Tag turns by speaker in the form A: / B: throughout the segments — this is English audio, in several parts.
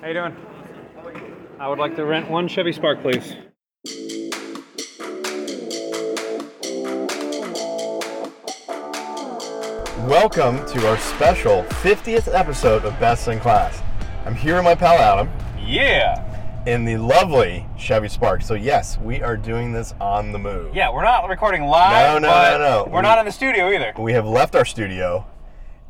A: How you doing? I would like to rent one Chevy Spark, please.
B: Welcome to our special 50th episode of Best in Class. I'm here with my pal Adam
A: Yeah.
B: in the lovely Chevy Spark. So, yes, we are doing this on the move.
A: Yeah, we're not recording live.
B: No, no,
A: but
B: no, no.
A: We're not in the studio either.
B: We have left our studio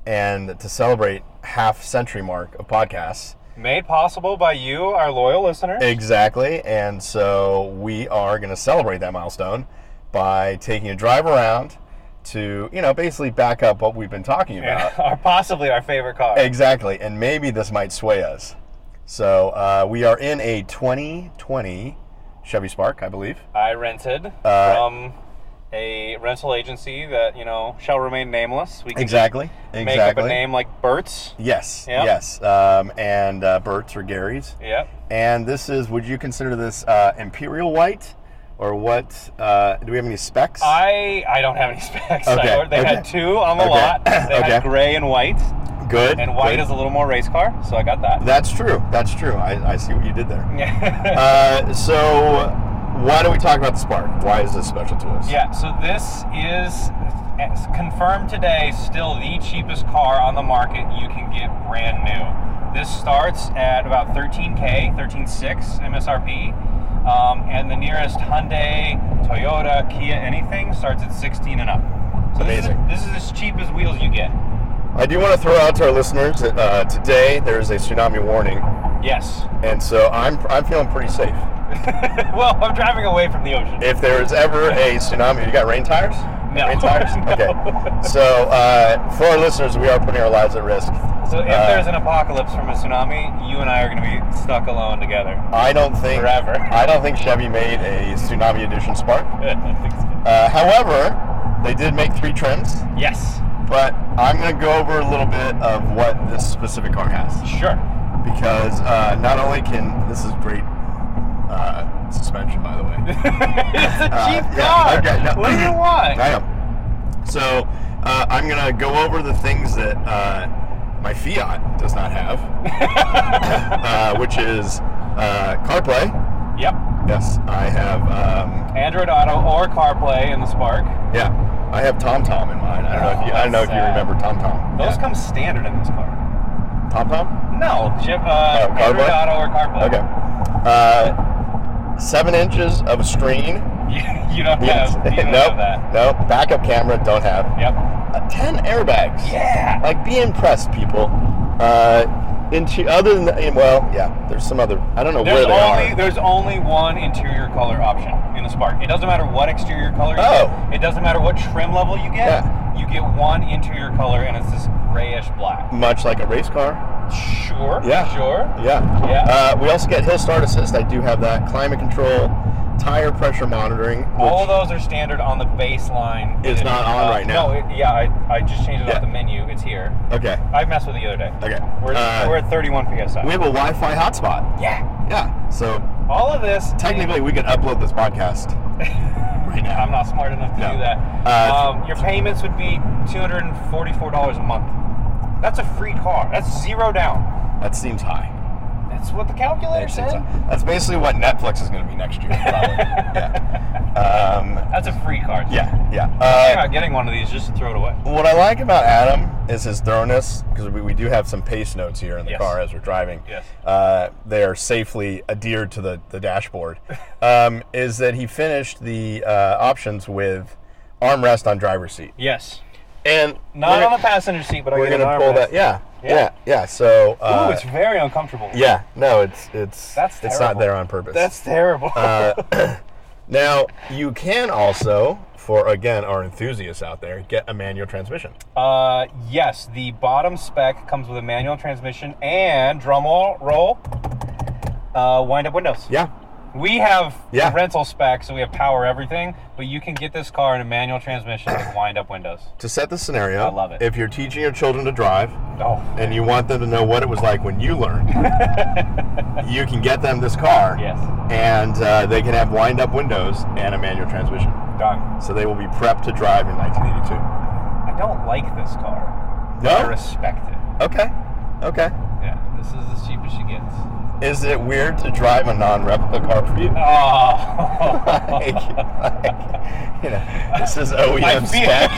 B: and to celebrate half century mark of podcasts.
A: Made possible by you, our loyal listeners.
B: Exactly. And so we are going to celebrate that milestone by taking a drive around to, you know, basically back up what we've been talking about.
A: Are possibly our favorite car.
B: Exactly, and maybe this might sway us. So uh, we are in a 2020 Chevy Spark, I believe.
A: I rented
B: Uh,
A: from a rental agency that you know shall remain nameless. We can
B: Exactly.
A: just
B: Exactly.
A: make up a name like Burt's.
B: Yes.
A: Yeah.
B: Yes. Um, and uh, Burt's or Gary's.
A: Yep.
B: And this is. Would you consider this uh, Imperial White, or what? Uh, do we have any specs?
A: I I don't have any specs. I
B: Okay,
A: ordered- they had
B: okay.
A: two on the
B: Okay,
A: lot. They
B: okay.
A: had gray and white,
B: Good.
A: and white
B: good.
A: is a little more race car, so I got that.
B: That's true. That's true. I, I see what you did there.
A: Yeah.
B: Uh, so, why don't we talk about the Spark? Why is this special to us?
A: Yeah, so this is as confirmed today, still the cheapest car on the market you can get brand new. This starts at about 13K, 13.6 MSRP, um, and the nearest Hyundai, Toyota, Kia, anything starts at 16 and up. So
B: Amazing.
A: This is, this is as cheap as wheels you get.
B: I do want to throw out to our listeners that uh, today there is a tsunami warning,
A: Yes.
B: and so I'm I'm feeling pretty safe.
A: well, I'm driving away from the ocean.
B: If there is ever a tsunami, you got rain tires?
A: No.
B: Rain tires?
A: No.
B: Okay. So uh, for our listeners, we are putting our lives at risk.
A: So if
B: uh,
A: there's an apocalypse from a tsunami, you and I are going to be stuck alone together.
B: I don't think
A: Forever.
B: I don't think Chevy made a tsunami edition Spark.
A: I think so.
B: Uh, however, they did make three trims,
A: Yes.
B: but I'm going to go over a little bit of what this specific car has.
A: Sure.
B: because uh, not only can this is great uh, suspension, by the way.
A: it's a cheap
B: Uh, yeah,
A: car.
B: okay, no.
A: What do you want?
B: I know. So uh, I'm gonna go over the things that uh, my Fiat does not have, uh, which is uh, CarPlay.
A: Yep.
B: Yes, I have. Um,
A: Android Auto or CarPlay in the Spark.
B: yeah, I have TomTom in mine. I don't know if you, I don't know if you
A: Oh, that's sad.
B: remember TomTom.
A: Those
B: yeah.
A: come standard in this car.
B: TomTom.
A: No, Jeep, uh,
B: Oh,
A: Android
B: CarPlay?
A: Auto or CarPlay.
B: Okay. Uh, seven inches of screen.
A: You, you don't
B: Yes.
A: have, you don't
B: nope.
A: have that.
B: Nope. Backup camera. Don't have.
A: Yep.
B: Uh, Ten airbags.
A: Yeah.
B: like be impressed people uh into other than and, well yeah there's some other i don't know
A: There's
B: where they
A: only
B: are
A: there's only one interior color option in the Spark. It doesn't matter what exterior color you
B: Oh.
A: get. It doesn't matter what trim level you get.
B: Yeah.
A: You get one interior color and it's this grayish black.
B: much like a race car
A: Sure.
B: Yeah.
A: Sure.
B: yeah
A: Yeah.
B: uh, we also get hill start assist i do have that climate control tire pressure monitoring which,
A: All those are standard on the baseline.
B: It's not on
A: Uh,
B: right now.
A: No, it, yeah, I, I just changed it
B: Yeah.
A: off the menu. It's here.
B: okay
A: I messed with it the other day.
B: okay
A: We're,
B: Uh,
A: we're at 31 PSI.
B: we have a wi-fi hotspot
A: yeah.
B: yeah so
A: All of this.
B: technically we could upload this podcast right now
A: I'm not smart enough to
B: No.
A: do that.
B: Uh,
A: um, your payments would be $244 a month. That's a free car. That's zero down.
B: that seems high
A: That's what the calculator
B: That seems
A: said.
B: high. that's basically what netflix is going to be next year probably. yeah um
A: That's a free car.
B: yeah yeah
A: I'm
B: uh,
A: thinking about getting one of these just to throw it away.
B: What I like about Adam is his thoroughness because we, we do have some pace notes here in the
A: Yes.
B: car as we're driving.
A: Yes.
B: Uh, they are safely adhered to the, the dashboard. Um, is that he finished the uh, options with armrest on driver's seat.
A: Yes.
B: And
A: Not
B: we're,
A: on the passenger seat, but I
B: We're
A: get an
B: gonna pull
A: armrest.
B: that. Yeah.
A: Yeah.
B: Yeah. Yeah. So. Uh,
A: Ooh, it's very uncomfortable.
B: yeah. No, it's it's
A: That's
B: it's not
A: terrible.
B: there on purpose.
A: That's terrible.
B: Uh, now you can also, for again our enthusiasts out there, get a manual transmission.
A: Uh, yes, the bottom spec comes with a manual transmission and drum roll, roll uh, wind up windows.
B: Yeah.
A: We have
B: Yeah.
A: the rental spec, so we have power everything, but you can get this car in a manual transmission with wind up windows.
B: To set the scenario,
A: I love it.
B: If you're teaching your children to drive,
A: Oh,
B: and you want them to know what it was like when you learned, you can get them this car.
A: yes.
B: And uh, they can have wind up windows and a manual transmission.
A: Done.
B: So they will be prepped to drive in 1982.
A: I don't like this car.
B: No?
A: I respect it.
B: Okay. Okay.
A: Yeah, this is as cheap as she gets.
B: Is it weird to drive a non-replica car for you? like,
A: Oh.
B: like, you know, this is OEM
A: I feel,
B: spec.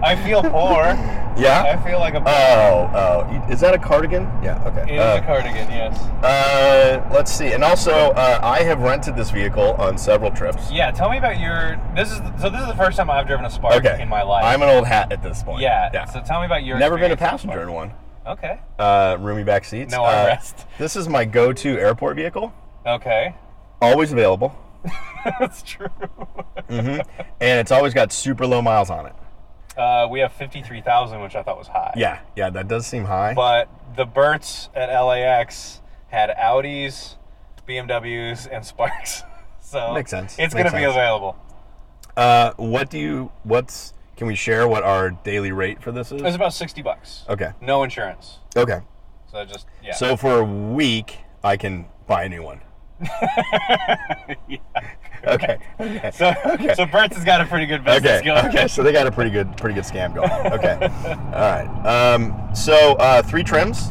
A: I feel poor. I
B: yeah.
A: feel like a
B: Oh, oh, you- is that a cardigan? Yeah.
A: It
B: Okay.
A: is
B: Uh,
A: a cardigan, yes.
B: uh, let's see. And also, uh, I have rented this vehicle on several trips.
A: Yeah, tell me about your. This is so. This is the first time I've driven a Spark
B: Okay.
A: in my life.
B: I'm an old hat at this point.
A: yeah,
B: Yeah.
A: So tell me about your.
B: Never been a
A: experience with
B: passenger in one.
A: Spark. Okay.
B: Uh, roomy back seats.
A: No
B: Uh,
A: armrest.
B: this is my go-to airport vehicle.
A: Okay.
B: Always available.
A: That's true. Mm-hmm.
B: hmm and it's always got super low miles on it.
A: Uh, we have fifty-three thousand, which I thought was high.
B: Yeah, yeah, that does seem high.
A: But the Berts at LAX had Audis, BMWs, and Sparks. So
B: Makes sense.
A: It's
B: Makes
A: going to be
B: sense.
A: available.
B: Uh, what do you? What's? Can we share what our daily rate for this
A: It was
B: is?
A: about sixty bucks.
B: Okay.
A: No insurance.
B: Okay.
A: So just yeah.
B: So for a week, I can buy a new one. Okay. Okay.
A: so,
B: okay.
A: so Berts has got a pretty good business
B: Okay.
A: going.
B: Okay. So they got a pretty good, pretty good scam going. Okay. All right. Um, so uh, three trims.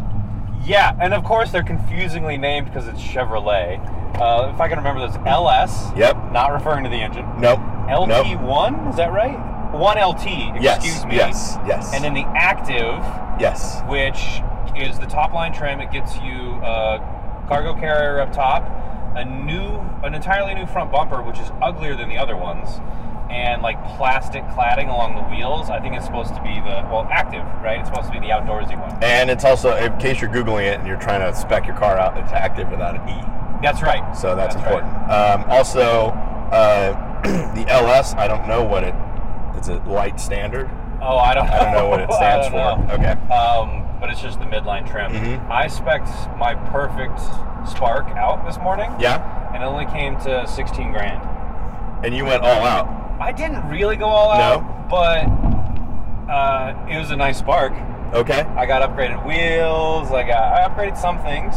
A: Yeah, and of course they're confusingly named because it's Chevrolet. Uh, if I can remember, that's LS.
B: Yep.
A: Not referring to the engine.
B: Nope. Nope.
A: LT1, is that right? 1LT, excuse
B: Yes.
A: me.
B: Yes. Yes.
A: And then the Active,
B: yes.
A: which is the top line trim. It gets you a cargo carrier up top, a new, an entirely new front bumper, which is uglier than the other ones, and like plastic cladding along the wheels. I think it's supposed to be the, well, Active, right? It's supposed to be the outdoorsy one.
B: And it's also, in case you're googling it and you're trying to spec your car out, it's active without an E.
A: That's right.
B: So that's,
A: That's right.
B: important. Um, also, uh, the LS. I don't know what it. It's a light standard.
A: Oh, I don't.
B: I don't know what it
A: I
B: stands for.
A: don't know.
B: Okay.
A: Um, but it's just the midline trim.
B: Mhm.
A: I spec my perfect Spark out this morning,
B: Yeah.
A: and it only came to sixteen grand.
B: And you went all out.
A: I didn't really go all out,
B: No.
A: but uh, it was a nice Spark.
B: Okay.
A: I got upgraded wheels. I got I upgraded some things.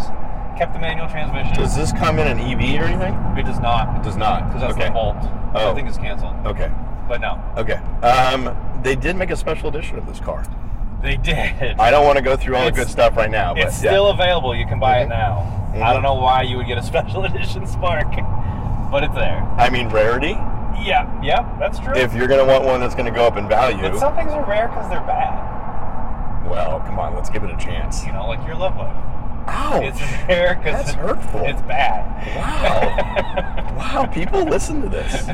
A: Kept the manual transmission.
B: Does this come in an EV or anything?
A: it does not
B: Does not.
A: because that's
B: okay.
A: the Bolt.
B: Oh.
A: I think it's canceled.
B: Okay.
A: But no,
B: Okay. Um, they did make a special edition of this car.
A: they did.
B: I don't want to go through all the
A: It's-
B: good stuff right now. But
A: It's
B: yeah.
A: still available. You can buy
B: Mhm.
A: it now. I
B: Mhm.
A: don't know why you would get a special edition Spark, but it's there.
B: I mean, rarity.
A: Yeah, yeah, that's true.
B: If you're gonna want one that's gonna go up in value,
A: but some things are rare because they're bad.
B: well, come on, let's give it a chance.
A: You know, like your love life.
B: Ouch.
A: It's rare because
B: That's hurtful.
A: It's bad.
B: Wow. wow, people listen to this.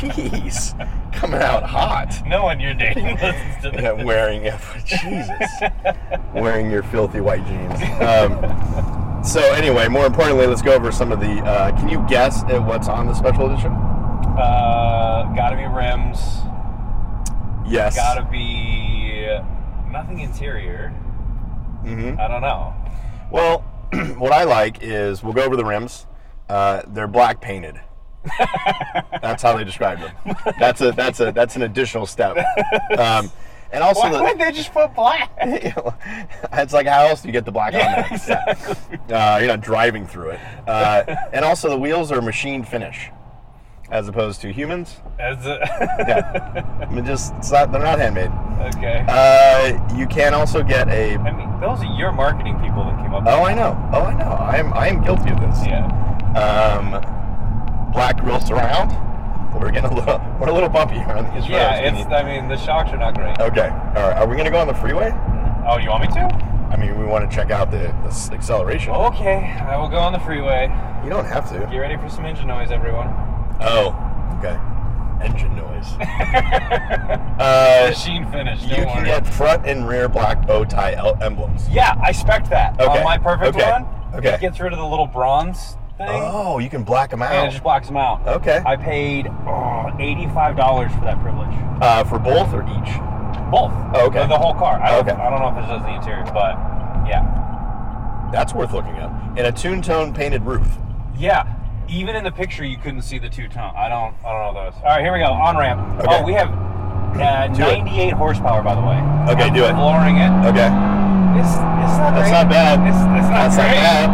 B: Jeez. Coming out hot.
A: No one you're dating listens to this.
B: Yeah, wearing it. Jesus. wearing your filthy white jeans. Um, so anyway, more importantly, let's go over some of the. Uh, can you guess at what's on the special edition?
A: Uh, gotta be rims.
B: Yes.
A: Gotta be nothing interior.
B: Mhm.
A: I don't know.
B: Well, what I like is we'll go over the rims. Uh, they're black painted. that's how they describe them. That's a that's a that's an additional step. Um, and also
A: Why
B: the,
A: would they just put black?
B: it's like how else do you get the black on there? Yeah. Uh, you're not driving through it. Uh, and also the wheels are machine finish, as opposed to humans.
A: As a,
B: Yeah, I mean, just it's not, they're not handmade.
A: okay.
B: Uh, you can also get a.
A: I mean, those are your marketing people that came up. with
B: Oh, I know. Oh, I know. I'm I'm guilty of this.
A: Yeah.
B: Um, black grill surround. We're getting a little we're a little bumpy here on these
A: Yeah,
B: roads. Can
A: it's.
B: you-
A: I mean, the shocks are not great.
B: okay. All right. Are we gonna go on the freeway?
A: Oh, you want me to?
B: I mean, we want to check out the, the s- acceleration.
A: Okay, I will go on the freeway.
B: You don't have to.
A: Get ready for some engine noise, everyone.
B: Oh, okay. Engine noise. uh,
A: Machine finish.
B: you
A: Don't
B: can
A: worry.
B: get front and rear black bow tie el- emblems.
A: yeah, I spec that
B: Okay,
A: on my perfect
B: okay,
A: one.
B: okay.
A: It gets rid of the little bronze thing
B: Oh, you can black them
A: and it
B: out.
A: just blocks them out.
B: Okay.
A: I paid oh, eighty-five dollars for that privilege.
B: Uh, for both or each?
A: Both.
B: Oh, okay.
A: The, the whole car. I don't,
B: Okay.
A: I don't know if it does the interior, but yeah,
B: That's worth looking up. And a tune tone painted roof.
A: yeah. Even in the picture, you couldn't see the two ton. I don't. I don't know those. All right, here we go. On ramp.
B: Okay.
A: Oh, we have uh,
B: Do it.
A: ninety-eight horsepower, by the way.
B: Okay, do it.
A: Lowering it.
B: Okay.
A: It's, it's not
B: That's
A: great.
B: not bad.
A: It's, it's not
B: That's not
A: great.
B: bad.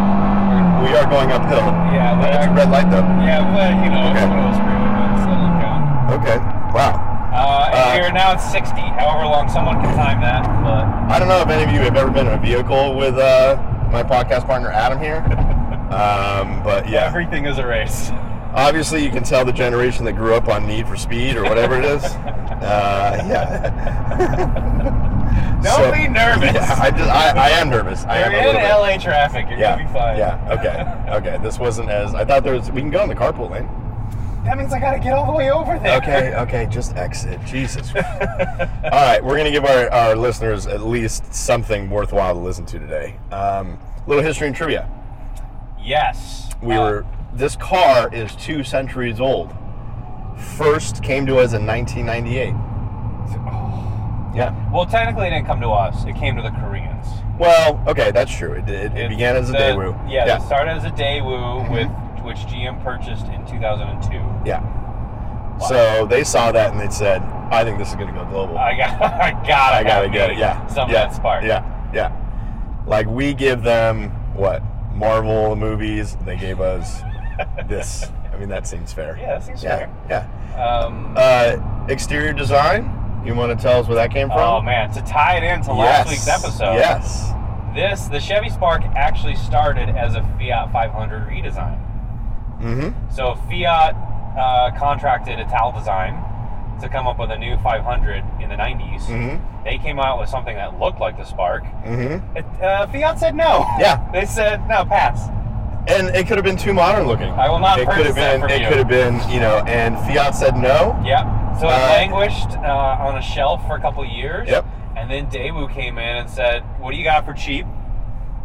B: We are going uphill.
A: Yeah, we
B: That's a
A: are.
B: red light though.
A: Yeah, but you know,
B: Okay.
A: it's one of those freeways, so it doesn't count.
B: Okay. Wow.
A: Uh, and we
B: Uh,
A: are now at 60, however long someone can time that, but
B: I don't know if any of you have ever been in a vehicle with uh, my podcast partner Adam here. Um, but yeah,
A: Everything is a race.
B: obviously you can tell the generation that grew up on Need for Speed or whatever it is. Uh, yeah.
A: Don't
B: So-
A: be nervous.
B: Yeah, I just I, I am nervous. I
A: You're
B: am a
A: in
B: little bit.
A: LA traffic. You're
B: Yeah.
A: gonna be fine.
B: Yeah. Okay. Okay. This wasn't as I thought. There was. We can go in the carpool lane.
A: That means I gotta get all the way over there.
B: Okay. Okay. Just exit. Jesus. All right. We're gonna give our, our listeners at least something worthwhile to listen to today. Um, little history and trivia.
A: Yes.
B: We
A: Uh,
B: were. This car is two centuries old. First came to us in 1998. Yeah.
A: Well, technically, it didn't come to us. It came to the Koreans.
B: Well, okay, that's true. It, it, it began as a
A: the-
B: Daewoo.
A: Yeah,
B: Yeah. Mm-hmm.
A: It started as a Daewoo, with which GM purchased in 2002.
B: yeah. So they saw that and they said, "I think this is going to go global."
A: I got, I gotta,
B: I gotta
A: have
B: get
A: me
B: it. Yeah.
A: some
B: yeah.
A: of that spark.
B: Yeah. Yeah. Like we give them what Marvel movies, they gave us this. I mean, that seems fair.
A: yeah, that seems
B: Yeah. Yeah.
A: fair. Um,
B: Uh, exterior design. You want to tell us where that came from?
A: oh man, to tie it into last week's episode,
B: Yes.
A: this the Chevy Spark actually started as a Fiat 500 redesign.
B: Mm-hmm.
A: So Fiat uh, contracted Ital Design to come up with a new 500 in the 90s.
B: Mm-hmm.
A: They came out with something that looked like the Spark.
B: Mm-hmm.
A: It, uh, Fiat said no.
B: Yeah.
A: They said no, pass.
B: And it could have been too modern looking.
A: I will not
B: it could
A: purchase
B: have been.
A: that from
B: it
A: you.
B: could have been. You know. And Fiat said no.
A: Yep. So it
B: Uh,
A: languished uh, on a shelf for a couple years.
B: Yep.
A: And then Daewoo came in and said, "What do you got for cheap?"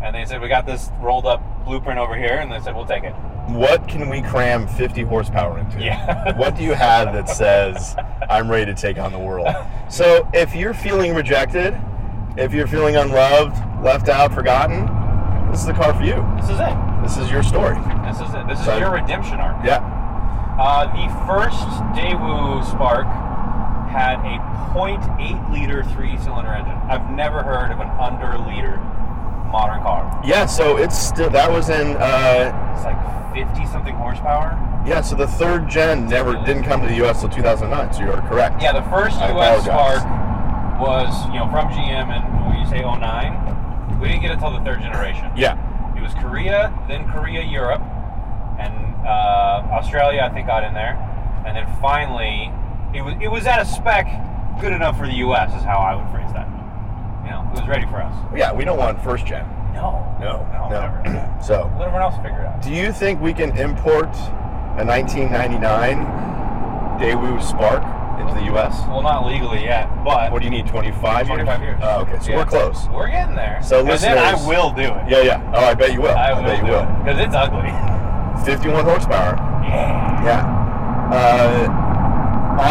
A: And they said, "We got this rolled up blueprint over here," and they said, "We'll take it."
B: What can we cram 50 horsepower into?
A: Yeah.
B: what do you have that says I'm ready to take on the world? So if you're feeling rejected, if you're feeling unloved, left out, forgotten, this is the car for you.
A: This is it.
B: This is your story.
A: This is it. This is
B: So-
A: your redemption arc.
B: Yeah.
A: Uh, the first Daewoo Spark had a 0.8 liter three cylinder engine. I've never heard of an under liter modern car.
B: Yeah. So it's still that was in. Uh,
A: It's like 50 something horsepower.
B: yeah. So the third gen never didn't come to the U.S. till 2009. So you are correct.
A: Yeah, the first
B: I
A: US
B: apologize.
A: Spark was, you know, from GM and when you say 09, we didn't get it till the third generation.
B: Yeah.
A: It was Korea, then Korea, Europe, and uh, Australia. I think got in there, and then finally, it was it was at a spec good enough for the U.S. is how I would phrase that. You know, it was ready for us.
B: Yeah. We don't want first gen.
A: No,
B: No.
A: no,
B: No.
A: never.
B: So
A: Let everyone else figure it out.
B: Do you think we can import a 1999 Daewoo Spark into the U.S.?
A: Well, not legally yet, but
B: What do you need, 25 years?
A: 25 years.
B: Oh, okay, so
A: Yeah.
B: we're close.
A: we're getting there.
B: So
A: and then I
B: listeners-
A: will do it.
B: Yeah, yeah. Oh, I bet you will.
A: I will
B: bet you
A: do
B: will.
A: because it's ugly.
B: 51 horsepower.
A: Yeah.
B: Yeah. Uh,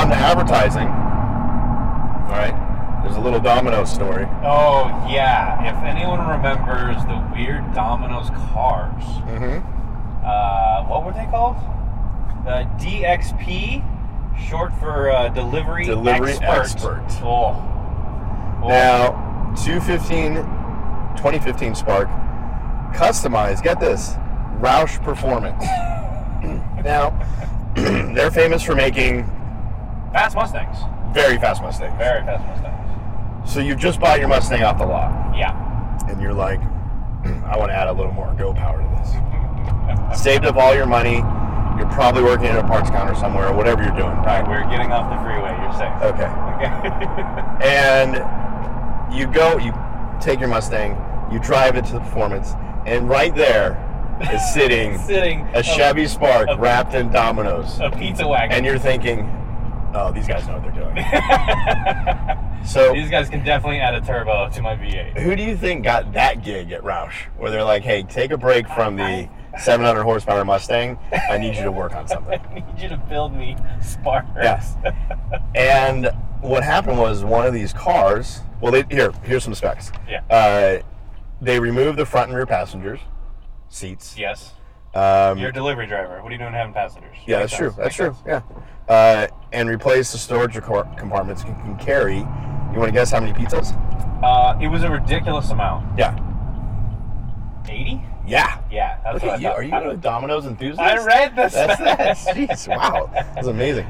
B: on to advertising. All right. There's a little domino story.
A: Oh yeah. If anyone remembers the weird Domino's cars.
B: Mm-hmm.
A: uh, what were they called? The DXP, short for uh, delivery
B: Delivery
A: expert.
B: Expert.
A: Oh. Oh.
B: Now, 215, 2015 Spark, customized, get this, Roush Performance. now, they're famous for making
A: fast Mustangs,
B: very fast Mustangs.
A: very fast Mustangs.
B: So you just bought your Mustang off the lot,
A: Yeah.
B: and you're like, I want to add a little more go power to this. Saved up all your money. You're probably working at a parts counter somewhere, or whatever you're doing,
A: All right,
B: right?
A: we're getting off the freeway. You're safe.
B: Okay. Oh.
A: Okay.
B: and you go, you take your Mustang, you drive it to the performance, and right there is sitting
A: Sitting
B: a Chevy Spark
A: a-
B: wrapped in dominoes,
A: a pizza wagon.
B: and you're thinking, "Oh, these guys know what they're doing." so,
A: These guys can definitely add a turbo to my V8.
B: who do you think got that gig at Roush, where they're like, "Hey, take a break from the 700 horsepower Mustang. I need you to work on something."
A: I need you to build me sparks.
B: Yes. And what happened was one of these cars. Well, they, here, here's some specs.
A: Yeah.
B: Uh, they removed the front and rear passengers seats.
A: yes.
B: Um,
A: You're a delivery driver. What are you doing having passengers?
B: yeah,
A: Makes
B: that's true.
A: sense.
B: That's
A: Makes
B: true.
A: sense.
B: Yeah. Uh, and replaced the storage recor- compartments can, can carry. You want to guess how many pizzas?
A: Uh, it was a ridiculous amount.
B: Yeah.
A: 80?
B: Yeah.
A: Yeah, that's
B: Look
A: what I
B: at you.
A: thought.
B: Are you
A: I-
B: a Domino's enthusiast?
A: I read this.
B: That's that's Jeez, wow, that's amazing.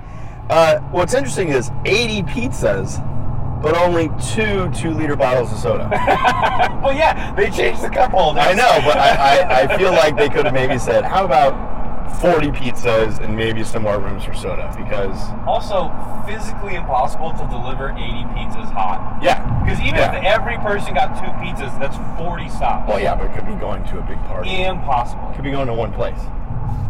B: Uh, what's interesting is 80 pizzas but only two two-liter bottles of soda.
A: well, yeah, they changed the cup holders.
B: I know, but I, I, I feel like they could have maybe said, "How about 40 pizzas and maybe some more rooms for soda?" Because
A: Also, physically impossible to deliver 80 pizzas hot.
B: yeah,
A: Because even
B: Yeah.
A: if every person got two pizzas, that's 40 stops.
B: well, yeah, but it could be going to a big party.
A: Impossible.
B: Could be going to one place.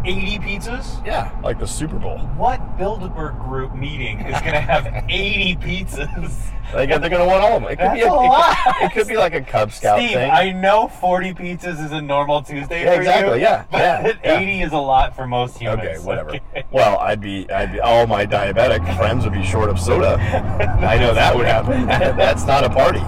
A: 80 pizzas?
B: Yeah, like the Super Bowl.
A: What Bilderberg group meeting is going to have 80 pizzas?
B: Like they're gonna want all of them. It could be
A: That's a
B: a, it could-
A: lot.
B: It, could, be like a Cub Scout
A: Steve,
B: thing.
A: I know 40 pizzas is a normal Tuesday
B: Yeah,
A: for
B: exactly,
A: you.
B: yeah,
A: But
B: yeah, yeah.
A: 80 is a lot for most humans.
B: okay, whatever.
A: okay?
B: Well, I'd be, I'd be, all my diabetic friends would be short of soda. I know that would happen. That's not a party.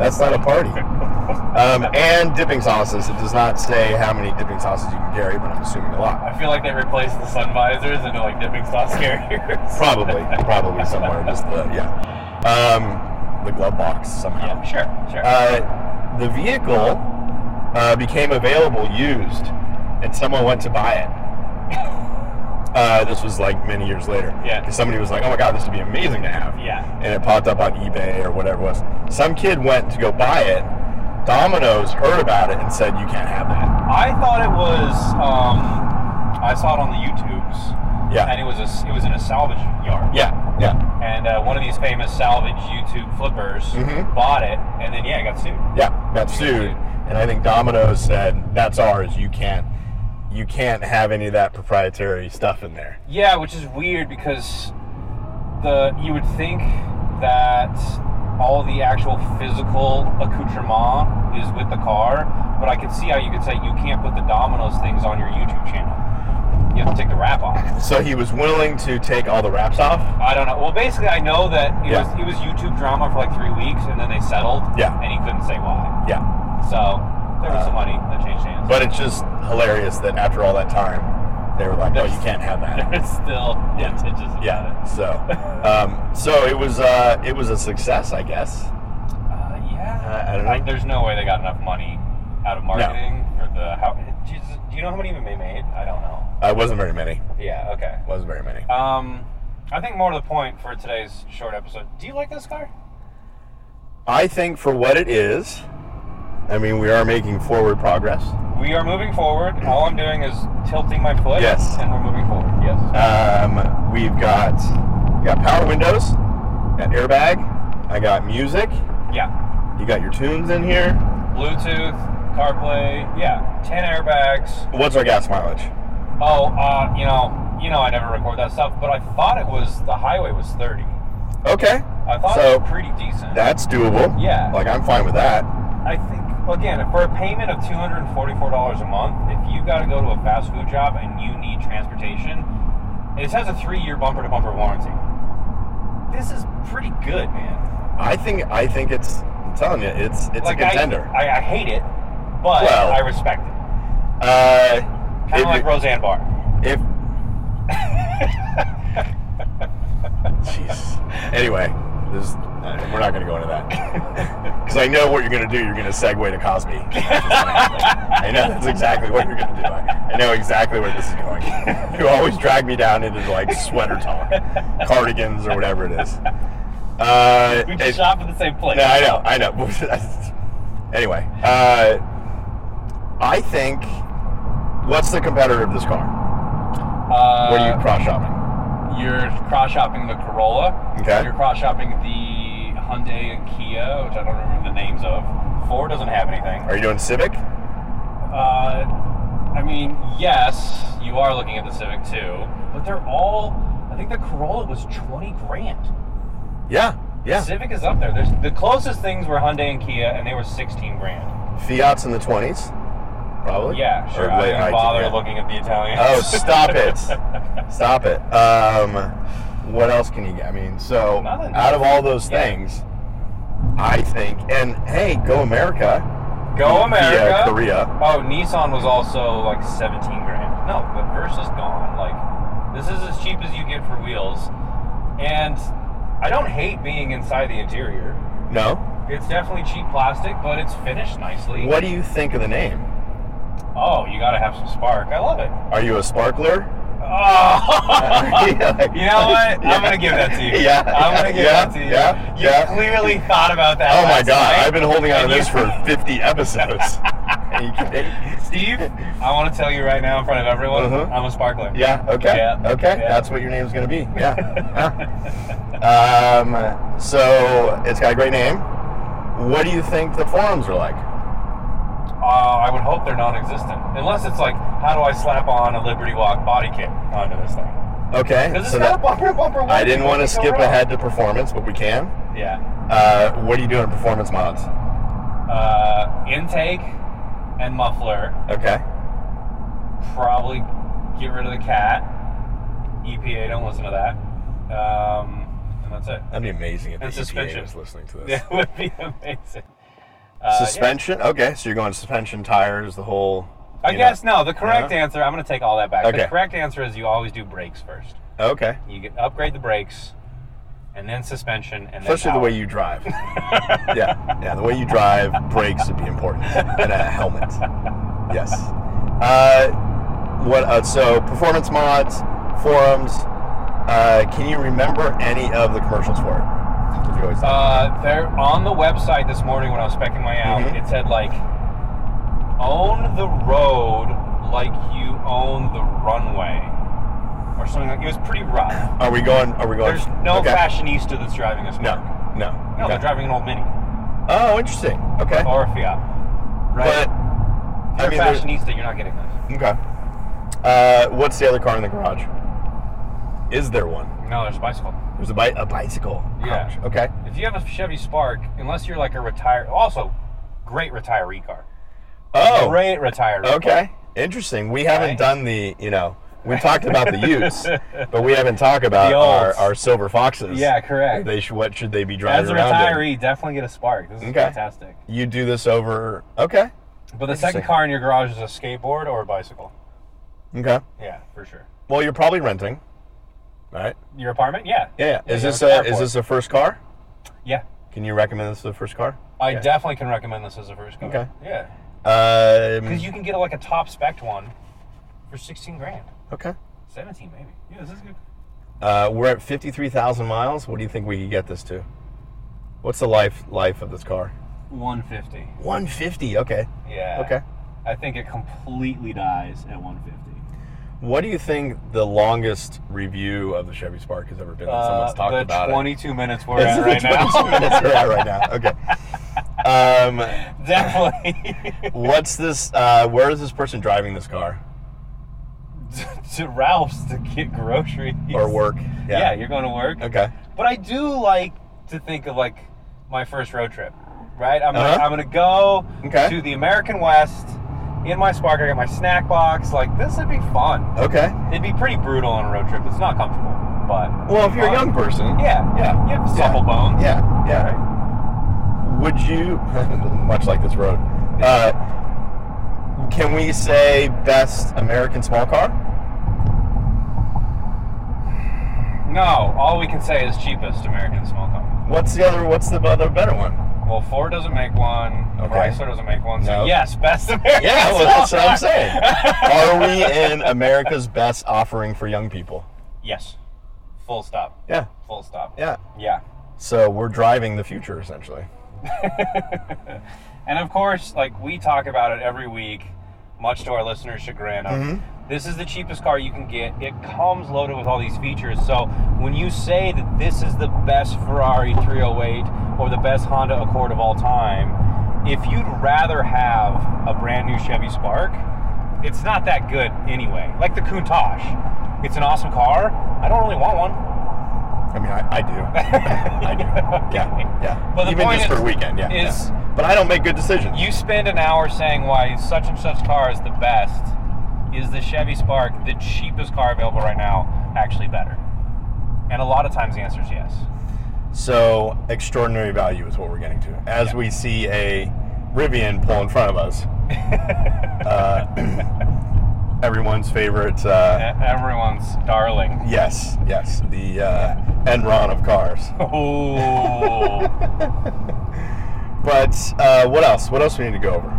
B: That's not a party. Um, and dipping sauces. It does not say how many dipping sauces you can carry, but I'm assuming a lot.
A: I feel like they replaced the sun visors into like dipping sauce carriers.
B: Probably, probably somewhere. Just the yeah, um, the glove box somehow.
A: Yeah, sure, sure.
B: uh, the vehicle uh, became available used, and someone went to buy it. Uh, this was like many years later.
A: Yeah.
B: 'Cause somebody was like, "Oh my god, this would be amazing to have."
A: Yeah.
B: And it popped up on eBay or whatever it was. Some kid went to go buy it. Domino's heard about it and said, "You can't have that."
A: I thought it was. Um, I saw it on the YouTubes.
B: Yeah.
A: And it was a s- it was in a salvage yard.
B: Yeah. Yeah.
A: And uh, one of these famous salvage YouTube flippers
B: Mhm.
A: bought it, and then yeah, got sued.
B: Yeah. Got sued, and I think Domino's said, "That's ours. You can't. You can't have any of that proprietary stuff in there."
A: Yeah, which is weird because the you would think that all the actual physical accoutrement is with the car, but I could see how you could say you can't put the Domino's things on your YouTube channel. You have to take the wrap off.
B: So he was willing to take all the wraps off.
A: I don't know. Well, basically, I know that it
B: Yeah.
A: was it was YouTube drama for like three weeks, and then they settled.
B: Yeah.
A: And he couldn't say why.
B: Yeah.
A: So there was
B: Uh,
A: some money that changed hands.
B: But it's just hilarious that after all that time, they were like, "No, you can't have that."
A: there's still
B: Yeah.
A: litigious about
B: Yeah.
A: it.
B: So, um, so it was uh, it was a success, I guess.
A: Uh, yeah.
B: Uh, I don't know.
A: there's no way they got enough money out of marketing for the how. Do you, do you know how many even they made? I don't know.
B: Uh, it wasn't very many.
A: Yeah. Okay.
B: Wasn't very many.
A: Um, I think more to the point for today's short episode. Do you like this car?
B: I think for what it is, I mean, we are making forward progress.
A: We are moving forward. All I'm doing is tilting my foot.
B: Yes.
A: And we're moving forward. Yes.
B: Um, we've got we got power windows, got airbag. I got music.
A: yeah.
B: You got your tunes in here.
A: Bluetooth, CarPlay, yeah, ten airbags.
B: What's our gas mileage?
A: Oh, uh, you know, you know, I never record that stuff, but I thought it was the highway was thirty.
B: Okay,
A: I thought
B: So,
A: it was pretty decent.
B: that's doable.
A: Yeah.
B: Like I'm fine with that.
A: I think again, for a payment of two hundred and forty-four dollars a month, if you got to go to a fast food job and you need transportation, it has a three-year bumper-to-bumper warranty. This is pretty good, man.
B: I think I think it's I'm telling you, it's it's
A: Like,
B: a contender.
A: I, I, I hate it, but
B: Well,
A: I respect it.
B: uh,
A: Kind
B: if,
A: of like Roseanne Barr.
B: if jeez. Anyway, this is- uh, we're not going to go into that because I know what you're going to do. You're going to segue to Cosby. That's what's gonna happen. I know that's exactly what you're going to do. I, I know exactly where this is going. You always drag me down into like sweater talk, cardigans or whatever it is. Uh,
A: We
B: it-
A: just shop at the same place.
B: No, I know, I know. anyway, uh, I think what's the competitor of this car?
A: Uh,
B: What are you cross shopping?
A: You're cross shopping the Corolla.
B: Okay.
A: You're cross shopping the Hyundai and Kia, which I don't remember the names of. Ford doesn't have anything.
B: Are you doing Civic?
A: Uh, I mean, yes, you are looking at the Civic too, but they're all. I think the Corolla was twenty grand.
B: Yeah, yeah.
A: Civic is up there. There's the closest things were Hyundai and Kia, and they were sixteen grand.
B: Fiat's in the twenties, probably.
A: Yeah, sure.
B: Or
A: I
B: late
A: didn't
B: 19,
A: bother
B: yeah.
A: looking at the Italians.
B: Oh, stop it! stop it. Um, what else can you get? I mean, so
A: Nothing.
B: out of all those
A: Yeah.
B: things, I think. And hey, go America!
A: Go
B: Via
A: America.
B: Korea.
A: Oh, Nissan was also like 17 grand. No, but Versa's gone. Like, this is as cheap as you get for wheels. And I don't hate being inside the interior.
B: No.
A: It's definitely cheap plastic, but it's finished nicely.
B: What do you think of the name?
A: Oh, you gotta have some spark. I love it.
B: Are you a sparkler?
A: Uh, Oh.
B: you know what?
A: You know what? I'm gonna give that to you.
B: Yeah.
A: I'm gonna give
B: yeah,
A: that to you.
B: Yeah.
A: you
B: yeah.
A: clearly thought about that.
B: Oh my
A: last
B: God!
A: night.
B: I've been holding on to
A: And
B: this
A: you-
B: for 50 episodes. Are you kidding?
A: Steve, I want to tell you right now in front of everyone,
B: Uh-huh.
A: I'm a sparkler.
B: Yeah. Okay.
A: Yeah,
B: Okay.
A: yeah.
B: That's what your name's gonna be. Yeah. yeah. Um, so it's got a great name. What do you think the forums are like?
A: Uh, I would hope they're non-existent, unless it's like, how do I slap on a Liberty Walk body kit onto this thing?
B: Okay.
A: Because it's
B: so
A: got
B: that-
A: a bumper to bumper.
B: I didn't want to
A: windshield
B: skip
A: roll.
B: ahead to performance, but we can.
A: Yeah.
B: Uh, what do you do on performance mods?
A: Uh, intake and muffler.
B: Okay.
A: Probably get rid of the cat. EPA, don't listen to that. Um, and that's it.
B: That'd be amazing if
A: And
B: the E EPA
A: suspension.
B: was listening to this.
A: That would be amazing. Uh, yeah.
B: suspension. Okay, so you're going suspension, tires, the whole.
A: I
B: you know-
A: guess no. The correct
B: Yeah.
A: answer. I'm going to take all that back.
B: Okay.
A: The correct answer is you always do brakes first.
B: Okay.
A: You get upgrade the brakes, and then suspension, and then
B: Especially the
A: power.
B: way you drive. yeah, yeah. The way you drive, brakes would be important, and a helmet. Yes. Uh, what? Uh, so performance mods, forums. Uh, can you remember any of the commercials for it? Did you always-
A: Uh, they're on the website this morning when I was specking my out.
B: Mhm.
A: It said like, own the road like you own the runway, or something. like It was pretty rough.
B: are we going? Are we going?
A: There's no
B: okay.
A: fashionista that's driving this.
B: No.
A: Mark.
B: No.
A: No, they're
B: okay.
A: driving an old Mini
B: Oh, interesting. Okay.
A: or a Fiat. Right.
B: But
A: if you're
B: I mean,
A: a
B: there's-
A: fashionista, you're not getting this.
B: Okay. Uh, what's the other car in the garage? Is there one?
A: No, there's a bicycle.
B: There's a, bi- a bicycle.
A: Yeah.
B: Ouch. Okay.
A: If you have a Chevy Spark, unless you're like a retire, also great retiree car.
B: Oh.
A: Great retiree.
B: Okay. Interesting. We haven't
A: Right.
B: done the, you know, we talked about the utes, but we haven't talked about
A: The
B: our,
A: olds.
B: our silver foxes.
A: Yeah, correct.
B: They should, what should they be driving
A: As a
B: around in?
A: retiree, definitely get a Spark. This is
B: Okay.
A: fantastic.
B: You do this over. Okay.
A: But the
B: Interesting.
A: second car in your garage is a skateboard or a bicycle.
B: Okay.
A: Yeah, for sure.
B: Well, you're probably renting, right?
A: Your apartment? Yeah.
B: Yeah. yeah. Is
A: you
B: this
A: go to the
B: a, is
A: airport.
B: this a first car?
A: Yeah.
B: Can you recommend this as a first car?
A: I
B: Yeah.
A: definitely can recommend this as a first car.
B: Okay.
A: Yeah.
B: Um,
A: Because you can get like a top spec one for 16 grand.
B: okay.
A: 17 maybe. Yeah, this is good.
B: Uh, we're at 53,000 miles. What do you think we could get this to? What's the life life of this car?
A: 150.
B: 150. Okay.
A: Yeah.
B: Okay.
A: I think it completely dies at 150.
B: What do you think the longest review of the Chevy Spark has ever been? That someone's
A: Uh,
B: talked
A: the
B: about
A: 22 minutes we're
B: it.
A: at right now.
B: That's right, right now. Okay. Um,
A: Definitely.
B: what's this? Uh, where is this person driving this car
A: to Ralph's to get groceries.
B: or work?
A: Yeah. you're going to work.
B: Okay.
A: But I do like to think of like my first road trip, right? I'm,
B: Uh-huh.
A: gonna, I'm gonna go
B: Okay.
A: to the American West in my Spark. I got my snack box. Like this would be fun.
B: Okay.
A: It'd be pretty brutal on a road trip. It's not comfortable, but
B: Well, if you're a
A: fun.
B: young person.
A: yeah,
B: Yeah.
A: yeah, you have supple bones.
B: Yeah. Yeah.
A: Right?
B: Would you, much like this road, uh, can we say best American small car?
A: No, all we can say is cheapest American small car.
B: What's the other? What's the other better one?
A: Well, Ford doesn't make one.
B: Okay.
A: Chrysler doesn't make one. So
B: No.
A: yes, best American.
B: Yeah, well, that's what
A: small
B: I'm
A: car.
B: saying. Are we in America's best offering for young people?
A: Yes. Full stop.
B: Yeah,
A: Full stop.
B: yeah.
A: Yeah.
B: So we're driving the future essentially.
A: And of course, like we talk about it every week, much to our listeners' chagrin. of,
B: Mhm.
A: This is the cheapest car you can get. It comes loaded with all these features. So when you say that this is the best Ferrari 308 or the best Honda Accord of all time, if you'd rather have a brand new Chevy Spark, it's not that good anyway. Like the Countach, it's an awesome car. I don't really want one.
B: I mean, I, I do. I do. Yeah, yeah.
A: But the
B: Even
A: point
B: just for
A: is-
B: a weekend. Yeah. yeah.
A: is-
B: But I don't make good decisions.
A: You spend an hour saying why such and such car is the best. Is the Chevy Spark the cheapest car available right now actually better? And a lot of times the answer is yes.
B: So extraordinary value is what we're getting to. As
A: Yeah.
B: we see a Rivian pull in front of us, uh, everyone's favorite.
A: E-
B: Uh,
A: Everyone's darling.
B: yes, yes, the uh, Enron of cars.
A: Oh,
B: But uh, what else? What else we need to go over?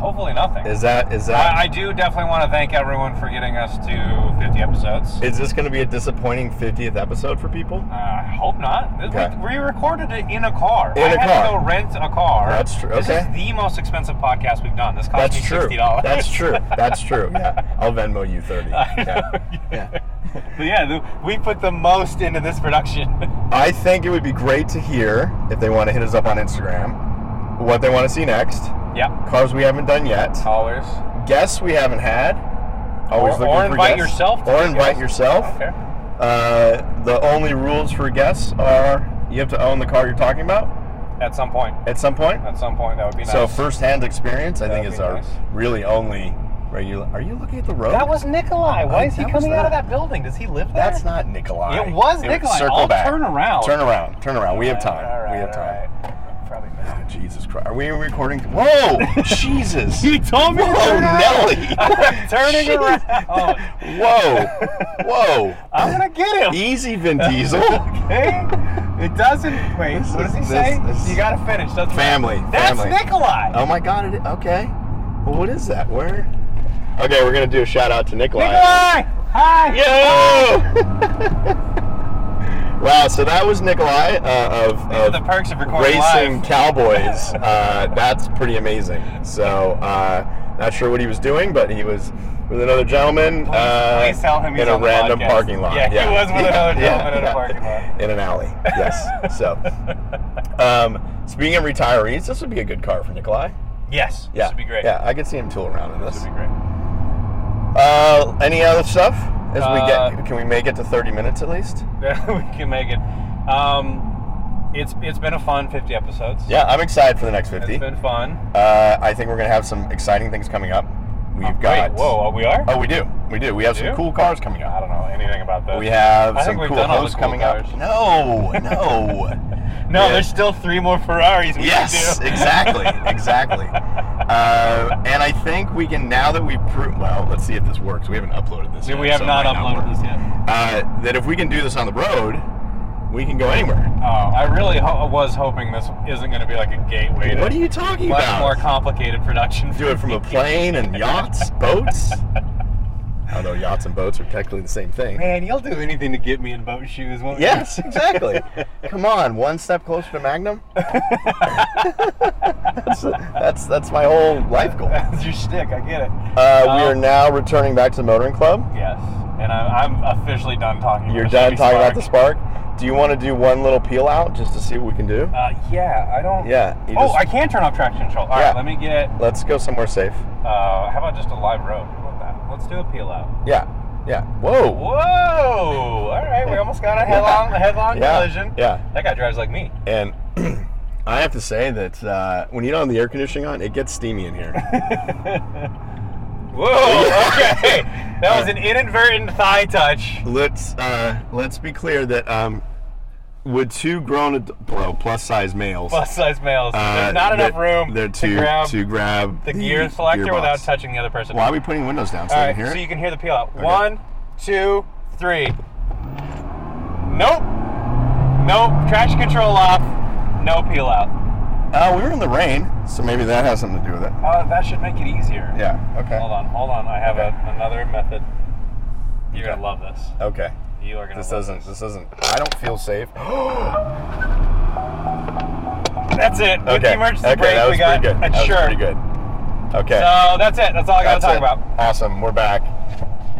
A: hopefully nothing.
B: Is that is that?
A: I, I do definitely want to thank everyone for getting us to 50 episodes. Uh,
B: Is this going to be a disappointing 50th episode for people?
A: I hope not. This-
B: Okay.
A: We, we recorded it in a car.
B: In
A: I
B: a
A: had
B: car.
A: to go rent a car.
B: That's true.
A: This
B: Okay.
A: is the most expensive podcast we've done. This cost
B: That's
A: me
B: true.
A: sixty dollars.
B: That's true. That's true. Yeah, I'll Venmo you thirty. Yeah. yeah.
A: but yeah, the, we put the most into this production.
B: I think it would be great to hear if they want to hit us up on Instagram, what they want to see next,
A: yep.
B: cars we haven't done yet,
A: Always.
B: guests we haven't had. Always
A: Oh. Or-
B: looking
A: or
B: for
A: invite
B: guests.
A: yourself to
B: or
A: be a
B: invite
A: guest.
B: yourself.
A: Okay.
B: Uh, the only rules for guests are you have to own the car you're talking about
A: At some point.
B: at some point.
A: At some point, that would be nice.
B: So first-hand experience, I
A: That'd
B: think, is
A: be
B: our
A: nice.
B: really only. Are you are you looking at the road?
A: that was Nikolai. Why
B: Uh,
A: is he
B: that was
A: coming out of
B: that-
A: that building? Does he live there?
B: That's not Nikolai.
A: It was Nikolai. I'll turn around.
B: Turn around. Turn around. We have time.
A: All right,
B: we have
A: all
B: time. Ah,
A: right. Probably missed it.
B: Jesus Christ. Are we recording? Whoa! Jesus.
A: He told me to
B: Whoa,
A: turn around.
B: Nelly.
A: I'm turning
B: Jeez.
A: around.
B: Whoa. Whoa.
A: Oh, I'm gonna get him.
B: Easy, Vin Diesel.
A: Okay. It doesn't. Wait.
B: This
A: what does he
B: is-
A: say?
B: this- this-
A: you gotta finish. Doesn't
B: Family,
A: matter. That's
B: family.
A: Nikolai.
B: Oh my God. It, okay. Well, what is that? Where? Okay, we're gonna do a shout out to Nikolai.
A: Nikolai. Hi.
B: Yo. wow. So that was Nikolai uh, of,
A: These are
B: of
A: the perks of recording
B: racing
A: live.
B: cowboys. Uh, that's pretty amazing. So, uh, not sure what he was doing, but he was with another gentleman
A: Please-
B: uh,
A: please tell him he's
B: in a
A: on the
B: random
A: podcast.
B: parking lot.
A: Yeah, he was with another gentleman in a parking lot.
B: in an alley. Yes. so, um, speaking of retirees, this would be a good car for Nikolai.
A: Yes.
B: Yeah,
A: This would be great.
B: Yeah, I could see him tool around in
A: This
B: this.
A: would be great.
B: Uh, any other stuff? As we
A: Uh,
B: get, can we make it to thirty minutes at least?
A: we can make it. Um, it's it's been a fun 50 episodes.
B: Yeah, I'm excited for the next
A: It's
B: fifty.
A: been fun.
B: Uh, I think we're gonna have some exciting things coming up. We've
A: Oh,
B: got.
A: Wait, whoa, oh, we are?
B: Oh, we do. We do. We have
A: do?
B: some cool cars coming
A: I
B: up.
A: don't know anything about that.
B: We have
A: I
B: some
A: think we've
B: cool
A: done all the
B: hosts
A: cool
B: coming
A: cars.
B: up. No, no.
A: No,
B: Yeah.
A: there's still three more Ferraris we
B: yes,
A: can do.
B: exactly, exactly. Uh, and I think we can now that we prove. Well, let's see if this works. We haven't uploaded this.
A: Dude,
B: yet,
A: we have
B: so it
A: not
B: might
A: uploaded
B: work.
A: this yet.
B: Uh, that if we can do this on the road, we can go anywhere.
A: Oh, I really ho- was hoping this isn't going to be like a gateway to
B: What are you talking
A: much
B: about?
A: more complicated production.
B: do it from a plane and yachts, boats. Although yachts and boats are technically the same thing.
A: Man, you'll do anything to get me in boat shoes, won't
B: Yes, exactly. Come on, one step closer to Magnum. that's, that's that's my whole life goal. Uh,
A: That's your shtick, I get it.
B: we are now returning back to the motoring club.
A: Yes, and I, I'm officially done talking.
B: You're
A: about
B: done
A: Chevy
B: talking about the
A: Spark.
B: spark. Do you want to do one little peel out just to see what we can do?
A: Uh, yeah, I don't.
B: Yeah, you
A: Oh,
B: just-
A: I can turn off traction control. All right,
B: Yeah.
A: let me get.
B: Let's go somewhere safe.
A: Uh, how about just a live road? How about that? Let's do a peel out.
B: Yeah, yeah. Whoa.
A: Whoa! All right, we almost got a headlong headlong
B: Yeah,
A: collision.
B: yeah.
A: that guy drives like me.
B: And I have to say that uh, when you don't have the air conditioning on, it gets steamy in here.
A: Whoa! Okay, that
B: Uh,
A: was an inadvertent thigh touch.
B: let's uh, let's be clear that um, with two grown ad- well, plus size males,
A: Plus size males.
B: uh,
A: There's not enough
B: they're-
A: room
B: they're
A: to grab
B: to grab
A: the gear selector
B: gearbox.
A: without touching the other person.
B: Why are we putting windows down so
A: All
B: they
A: right,
B: can hear
A: so
B: it?
A: you can hear the peel out. One, two, three. Nope. Nope. Traction control off. No peel out.
B: Uh, we were in the rain, so maybe that has something to do with it.
A: Uh, that should make it easier.
B: Yeah. Okay.
A: Hold on, hold on. I have
B: Okay.
A: a, another method. You're
B: Okay.
A: gonna love this.
B: Okay.
A: You are gonna.
B: This
A: love
B: doesn't. This doesn't. I don't feel safe.
A: This. That's it. With the
B: okay.
A: emergency
B: okay.
A: brake,
B: that was
A: we got
B: pretty good.
A: a
B: That was
A: shirt.
B: pretty good. Okay.
A: So that's it. That's all I gotta
B: That's
A: talk
B: it.
A: about.
B: Awesome. We're back.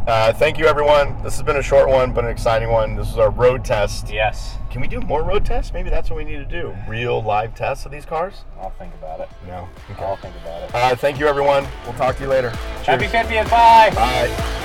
B: Uh, thank you, everyone. This has been a short one, but an exciting one. This is our road test.
A: Yes.
B: Can we do more road tests? Maybe that's what we need to do. Real live tests of these cars?
A: I'll think about it.
B: No.
A: I'll think about it.
B: Uh, thank you, everyone. We'll talk to you later. Cheers.
A: Happy 50th. Bye.
B: Bye.